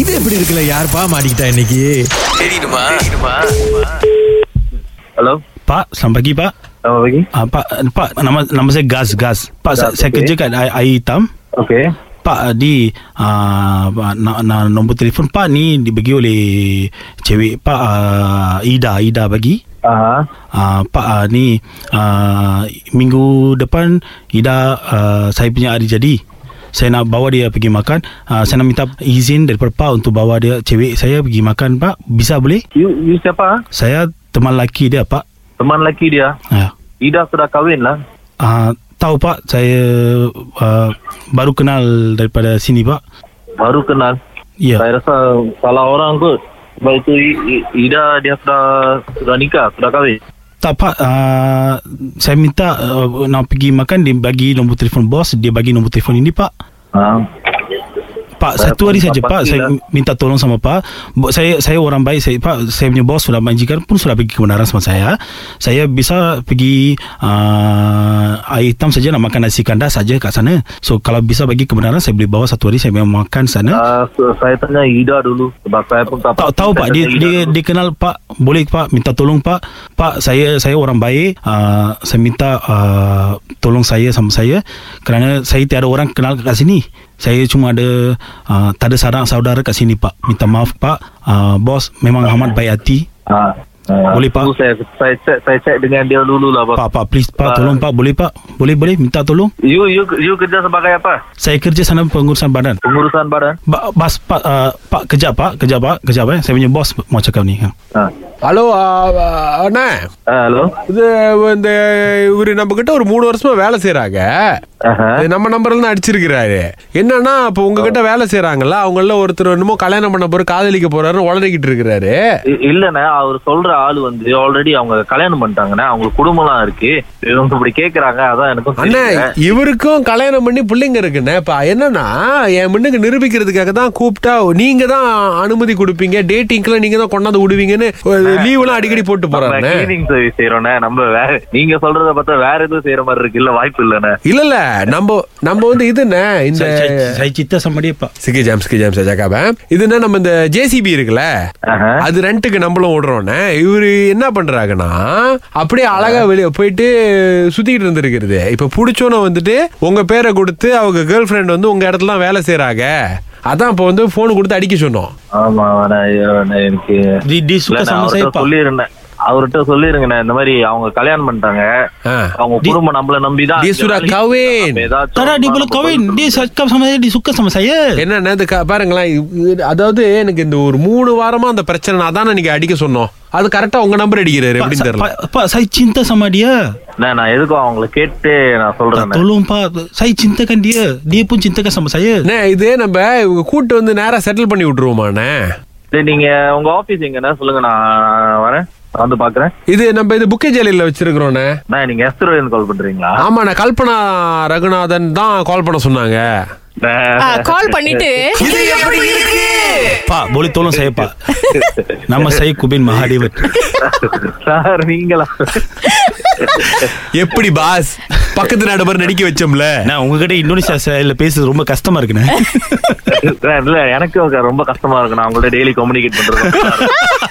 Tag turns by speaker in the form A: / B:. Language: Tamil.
A: இது எப்படி இருக்குல்ல யாருப்பா மாட்டிக்கிட்டா இன்னைக்கு
B: hello
C: Pak, selamat pagi Pak.
B: ஆமாம் பகி
C: Uh, Pak, uh, Pak nama nama saya Gas Gas. Pak, saya,
B: Gas,
C: saya
B: okey.
C: kerja kat air, air hitam.
B: Okay
C: Pak uh, di uh, na, na, nombor telefon Pak ni dibagi oleh cewek Pak uh, Ida Ida bagi.
B: ஆஹா
C: Uh, Pak uh, ni uh, minggu depan Ida uh, saya punya hari jadi. Saya nak bawa dia pergi makan. Uh, saya nak minta izin daripada Pak untuk bawa dia cewek saya pergi makan Pak. Bisa boleh?
B: You, you siapa? ah?
C: Saya teman lelaki dia Pak.
B: Teman lelaki dia.
C: Uh.
B: Ida sudah kahwin lah.
C: Ah, tahu pak, saya uh, baru kenal daripada sini pak.
B: Baru kenal.
C: Ya.
B: Saya rasa salah orang kot. Sebab itu I- I- Ida dia sudah sudah nikah, sudah kahwin.
C: Tak pak, uh, saya minta uh, nak pergi makan dia bagi nombor telefon bos, dia bagi nombor telefon ini pak.
B: Ha.
C: Pak
B: Saya
C: satu hari
B: pun tak
C: saja pak, saya
B: pastilah.
C: minta tolong sama pak. Bo- Saya saya orang baik saya pak, saya punya bos sudah majikan pun sudah bagi kebenaran sama saya. Saya bisa pergi uh, air hitam saja nak makan nasi kandar saja kat sana. So kalau bisa bagi kebenaran saya boleh bawa satu hari saya memang makan sana.
B: Ah, so, saya tanya Ida dulu sebab saya pun tak
C: Tahu
B: pasti.
C: tahu
B: Saya
C: pak
B: tanya
C: dia
B: Ida
C: dia,
B: dulu.
C: dia kenal pak boleh pak minta tolong pak pak saya saya orang baik uh, saya minta uh, tolong saya sama saya kerana saya tiada orang kenal kat sini saya cuma ada uh, tak ada sarang saudara kat sini pak minta maaf pak uh, bos memang amat baik hati
B: Ha. Ha.
C: Boleh, Pak.
B: Tu Saya saya check saya check dengan dia dulu lah pak.
C: pak pak please
B: Ah.
C: pak tolong pak boleh pak boleh boleh minta tolong
B: You you you kerja sebagai apa?
C: saya kerja sana pengurusan badan
B: Pengurusan badan.
C: ba, bas pak uh, pak kerja pak kerja pak kerja pak eh? saya punya bos mau cakap ni ha.
B: Ha.
D: Hello ஆ, ஆ, அண்ணா
B: Ah, Hello.
D: இது இந்த இவரு நம்ம கிட்ட ஒரு மூணு வருஷமா வேலை செய்யறாங்க
B: Aha.
D: நம்ம நம்பர்ல தான் அடிச்சிருக்கிறாரு என்னன்னா இப்போ உங்ககிட்ட வேலை செய்யறாங்கல்ல அவங்கள ஒருத்தர் என்னமோ கல்யாணம் பண்ண போற காதலிக்க போறாருன்னு உளறிக்கிட்டு இருக்கிறாரு
B: இ- இல்லண்ணே அவர் சொல்ற ஆள் வந்து ஆல்ரெடி அவங்க கல்யாணம் பண்ணிட்டாங்கண்ணே அவங்களுக்கு குடும்பம்லாம் இருக்கு இவங்க இப்படி கேக்குறாங்க அதான் எனக்கும்
D: அண்ணா
B: தெரியல.
D: இவருக்கும் கல்யாணம் பண்ணி பிள்ளைங்க இருக்குண்ணே இப்ப என்னன்னா என் முன்னுக்கு நிரூபிக்கிறதுக்காக தான் கூப்பிட்டா நீங்க தான் அனுமதி கொடுப்பீங்க டேட்டிங்க்குலாம் நீங்க தான் கொண்டாந்து விடுவீங்கன்னு லீவ்லாம் அடிக்கடி போட்டு
B: நம்ம
D: போறாங்க
B: cleaning service செய்றோம்ண்ணே. நம்ம வேற நீங்க சொல்றத பார்த்தா வேற எதுவும் செய்யற மாதிரி இருக்கு இல்ல வாய்ப்பு இல்லண்ணே
D: இல்ல இல்ல நம்ம நம்ம வந்து இதுண்ணே இந்த
C: saya, saya, saya cerita sama dia pak
D: சிக்கி ஜாம் சிக்கி ஜாம் சஜாக்காபன் இதுன்னா eh? நம்ம இந்த ஜேசிபி இருக்குல்ல
B: ஆஹா.
D: அது ரெண்ட்டுக்கு நம்மளும் விடுறோம்னே இவரு என்ன பண்றாங்கன்னா அப்படியே அழகா வெளியே போயிட்டு சுத்திக்கிட்டு இருந்திருக்கிறது இப்ப புடிச்சோன்னு வந்துட்டு உங்க பேரை கொடுத்து அவங்க கேர்ள் ஃப்ரெண்ட் வந்து உங்க இடத்துல தான் வேலை செய்யறாங்க அதான் இப்போ வந்து போன் கொடுத்து அடிக்க சொன்னோம்
B: ஆமா நான் நான் எனக்கு
C: dia, dia suka
B: இல்லண்ணே,
C: sama saya
B: அவர்கிட்ட
C: pak
B: சொல்லிருந்தேன் அவர்கிட்ட சொல்லிருங்கண்ணே இந்த மாதிரி அவங்க கல்யாணம் பண்ணிட்டாங்க
D: ஆ.
B: அவங்க குடும்பம் நம்மள நம்பிதான்
D: dia
B: அஞ்சு
D: sudah
B: நாளைக்கு
D: kahwin.
B: நம்ம ஏதாச்சும்
C: Tak ada dia
B: நம்ம
C: belum kahwin.
B: கொடுத்து-
C: Dia cakap sama saya dia suka sama saya.
D: என்னன்னா இது க- பாருங்களேன் இது- அதாவது எனக்கு இந்த ஒரு மூணு வாரமா அந்த பிரச்சனை நான் தான் நீங்க அடிக்க சொன்னோம் அது கரெக்டா உங்க நம்பர் அடிக்கிறாரு
C: Pak,
D: எப்படின்னு
C: sa-
D: தெரியல
C: pak, pak, saya cinta sama dia.
B: அண்ணே, நான் எதுக்கும் அவங்கள கேட்டு நான்
C: Tak
B: சொல்றேன்
C: tolong pak, saya cintakan dia. Dia pun cintakan sama saya.
D: அண்ணே, இதே நம்ம இவங்க கூட்டு வந்து நேரா செட்டில் பண்ணி விட்டுருவோமாண்ணே
B: சரி நீங்க உங்க ஆபீஸ் எங்கண்ணே சொல்லுங்க நான் வரேன் நான் வந்து பாக்குறேன்
D: இது நம்ம இது புக்கே ஜெயிலில் வச்சிருக்கிறோண்ணே
B: அண்ணா நீங்க எஸ்ரோலேருந்து கால் பண்றீங்களா
D: ஆமாண்ணே கல்பனா ரகுநாதன் தான் கால் பண்ண சொன்னாங்க
E: கால் பண்ணிட்டு
C: Pak, boleh tolong saya pak. Nama saya Kubin Mahadevan.
B: Sir நீங்களா
D: எப்படி பாஸ் பக்கத்து நடுவர் நடிக்க வச்சோம்ல
C: நான் உங்ககிட்ட இந்தோனேஷியா ஸ்டைல பேசுறது ரொம்ப கஷ்டமா இருக்குண்ணே
B: இல்ல எனக்கு ரொம்ப கஷ்டமா இருக்கு நான் உங்கள்ட்ட டெய்லி கம்யூனிகேட் பண்றது